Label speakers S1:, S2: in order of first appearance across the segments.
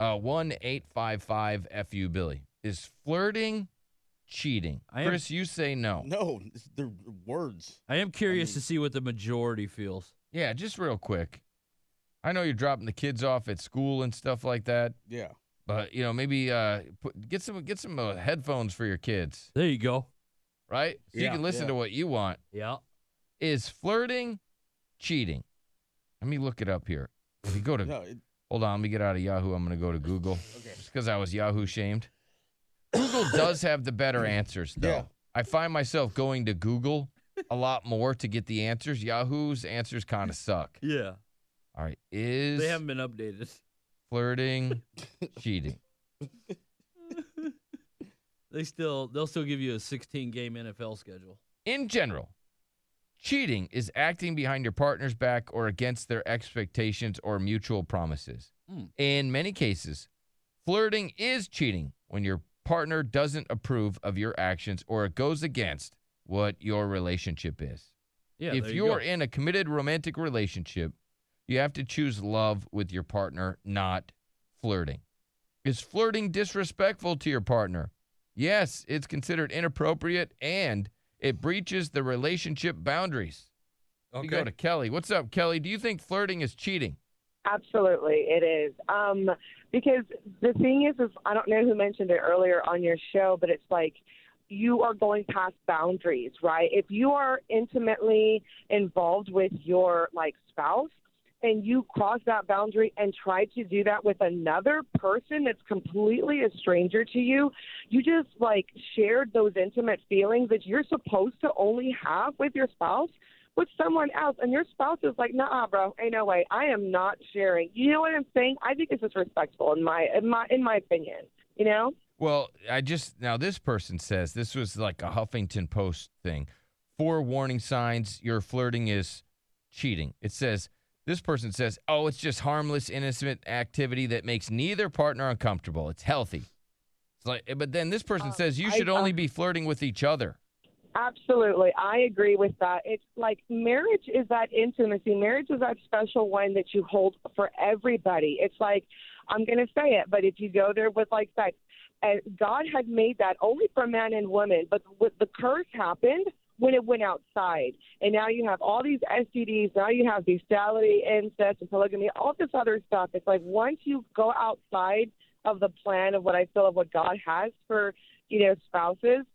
S1: Uh, one eight five five fu Billy is flirting, cheating.
S2: I am-
S1: Chris, you say no.
S3: No, it's- they're words.
S2: I am curious to see what the majority feels.
S1: Yeah, just real quick. I know you're dropping the kids off at school and stuff like that,
S3: Yeah.
S1: but you know maybe uh, put, get some get some uh, headphones for your kids,
S2: There you go.
S1: right? So you
S3: Yeah,
S1: can listen
S3: yeah.
S1: to what you want.
S2: Yeah.
S1: Is flirting, cheating? Let me look it up here. If you go to
S3: No, it,
S1: Hold on, let me get out of Yahoo. I'm going to go to Google.
S3: Okay.
S1: Just because I was Yahoo shamed. Google does have the better answers, though.
S3: Yeah.
S1: I find myself going to Google a lot more to get the answers. Yahoo's answers kind of suck.
S2: Yeah.
S1: All right. Is
S2: They haven't been updated.
S1: flirting cheating?
S2: They still they'll still give you a 16 game NFL schedule.
S1: In general, cheating is acting behind your partner's back or against their expectations or mutual promises.
S2: Hmm.
S1: In many cases, flirting is cheating when your partner doesn't approve of your actions or it goes against what your relationship is.
S2: Yeah.
S1: if
S2: there you
S1: you're
S2: go.
S1: in a committed romantic relationship, you have to choose love with your partner, not flirting. Is flirting disrespectful to your partner? Yes, it's considered inappropriate and it breaches the relationship boundaries. We go to Kelly. What's up, Kelly? Do you think flirting is cheating?
S4: Absolutely, it is. Um, because the thing is, is I don't know who mentioned it earlier on your show, but it's like you are going past boundaries, right? If you are intimately involved with your like spouse and you cross that boundary and try to do that with another person that's completely a stranger to you, you just like shared those intimate feelings that you're supposed to only have with your spouse with someone else and your spouse is like, nah, bro, ain't no way. I am not sharing. You know what I'm saying? I think it's disrespectful in my in my in my opinion. You know?
S1: Well, I just now this person says this was like a Huffington Post thing. Four warning signs your flirting is cheating. It says this person says, "Oh, it's just harmless innocent activity that makes neither partner uncomfortable. It's healthy." It's like but then this person
S4: Uh,
S1: says you
S4: I-
S1: should only
S4: uh,
S1: be flirting with each other.
S4: Absolutely. I agree with that. It's like marriage is that intimacy. Marriage is that special one that you hold for everybody. It's like, I'm going to say it, but if you go there with like sex, and God had made that only for man and woman, but what the curse happened when it went outside. And now you have all these STDs, now you have bestiality, incest, and polygamy, all this other stuff. It's like once you go outside of the plan of what I feel of what God has for, you know, spouses,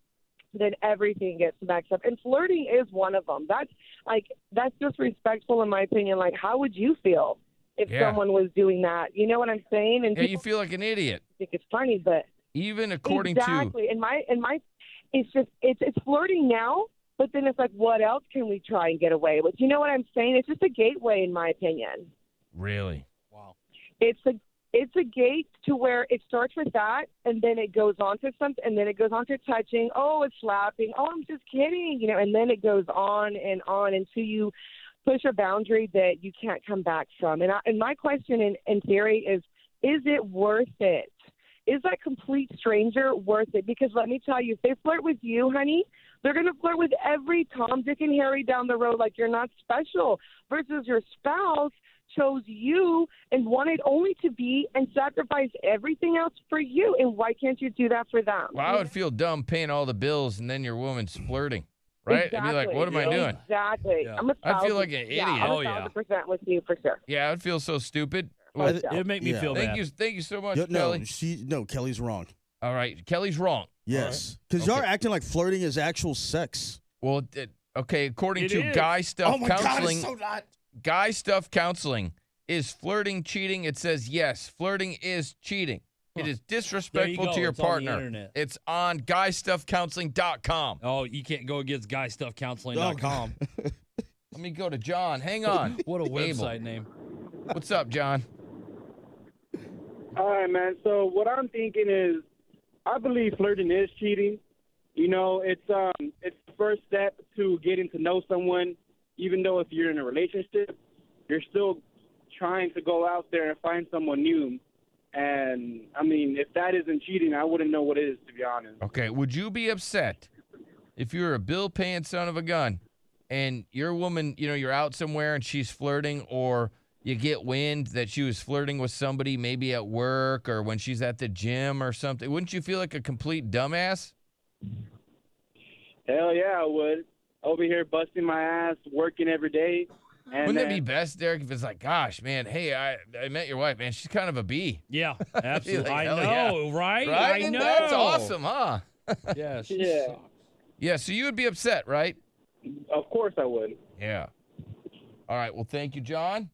S4: then everything gets mixed up. And flirting is one of them. That's like that's disrespectful in my opinion. Like how would you feel if
S1: Yeah.
S4: someone was doing that? You know what I'm saying? And
S1: Yeah, you
S4: people
S1: feel like an idiot.
S4: think it's funny, but
S1: Even according to
S4: exactly. In my in my, it's just it's it's flirting now, but then it's like, what else can we try and get away with? You know what I'm saying? It's just a gateway, in my opinion.
S1: Really?
S2: wow.
S4: It's a it's a gate to where it starts with that, and then it goes on to something, and then it goes on to touching. Oh, it's slapping. Oh, I'm just kidding, you know. And then it goes on and on until you push a boundary that you can't come back from. And I, and my question in, in theory is, is it worth it? Is that complete stranger worth it? Because let me tell you, if they flirt with you, honey, they're going to flirt with every Tom, Dick, and Harry down the road like you're not special versus your spouse chose you and wanted only to be and sacrificed everything else for you. And why can't you do that for them?
S1: Well, I would feel dumb paying all the bills and then your woman's flirting, right? I'd be like,
S4: Exactly.
S1: "What am I doing?"
S4: Exactly.
S2: Yeah.
S4: I'm a
S1: I feel
S4: thousand,
S1: like an
S4: Yeah, I'm
S1: idiot.
S4: a
S2: Oh, yeah.
S4: thousand percent with you for sure.
S1: Yeah, I'd feel so stupid.
S3: I th-
S2: It would make me
S3: Yeah.
S2: feel
S1: Thank
S2: bad.
S1: you, thank you so much,
S3: Yeah,
S1: Kelly.
S3: no, she no, Kelly's wrong.
S1: All right, Kelly's wrong.
S3: Yes, because
S1: Okay.
S3: y'all are acting like flirting is actual sex.
S1: Well, it, okay, according
S2: It
S1: to
S2: is.
S1: Guy Stuff
S3: oh my god,
S1: Counseling,
S3: it's so not.
S1: Guy Stuff Counseling is flirting cheating. It says yes, flirting is cheating. It
S2: Huh.
S1: is disrespectful
S2: go.
S1: to your
S2: It's on the
S1: partner.
S2: internet.
S1: It's on guystuffcounseling.com.
S2: Oh, you can't go against
S1: Oh,
S2: guystufcounseling.com.
S1: Let me go to John. Hang on.
S2: what a
S1: Abel.
S2: website name.
S1: What's up, John?
S5: All right, man. So what I'm thinking is, I believe flirting is cheating. You know, it's um, it's the first step to getting to know someone. Even though if you're in a relationship, you're still trying to go out there and find someone new. And I mean, if that isn't cheating, I wouldn't know what is to be honest.
S1: Okay, would you be upset if you're a bill paying son of a gun and your woman, you know, you're out somewhere and she's flirting or you get wind that she was flirting with somebody, maybe at work or when she's at the gym or something, wouldn't you feel like a complete dumbass?
S5: Hell yeah, I would. Over here busting my ass, working every day. And
S1: Wouldn't it
S5: then-
S1: be best, Derek, if it's like, gosh, man, hey, I, I met your wife, man. She's kind of a bee.
S6: Yeah, absolutely. I
S1: hell
S6: know, right?
S1: Right?
S6: I
S1: And
S6: know.
S1: That's awesome, huh?
S6: Yeah, she's-
S5: Yeah,
S1: Yeah, so you would be upset, right?
S5: of course I would.
S1: Yeah. All right. Well, thank you, John.